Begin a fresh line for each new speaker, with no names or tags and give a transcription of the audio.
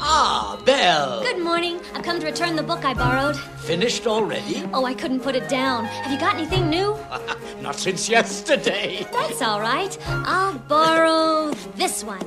Ah, Well,
Good morning. I've come to return the book I borrowed.
finished already?
Oh, I couldn't put it down. Have you got anything new?
Not since yesterday.
That's all right. I'll borrow this one.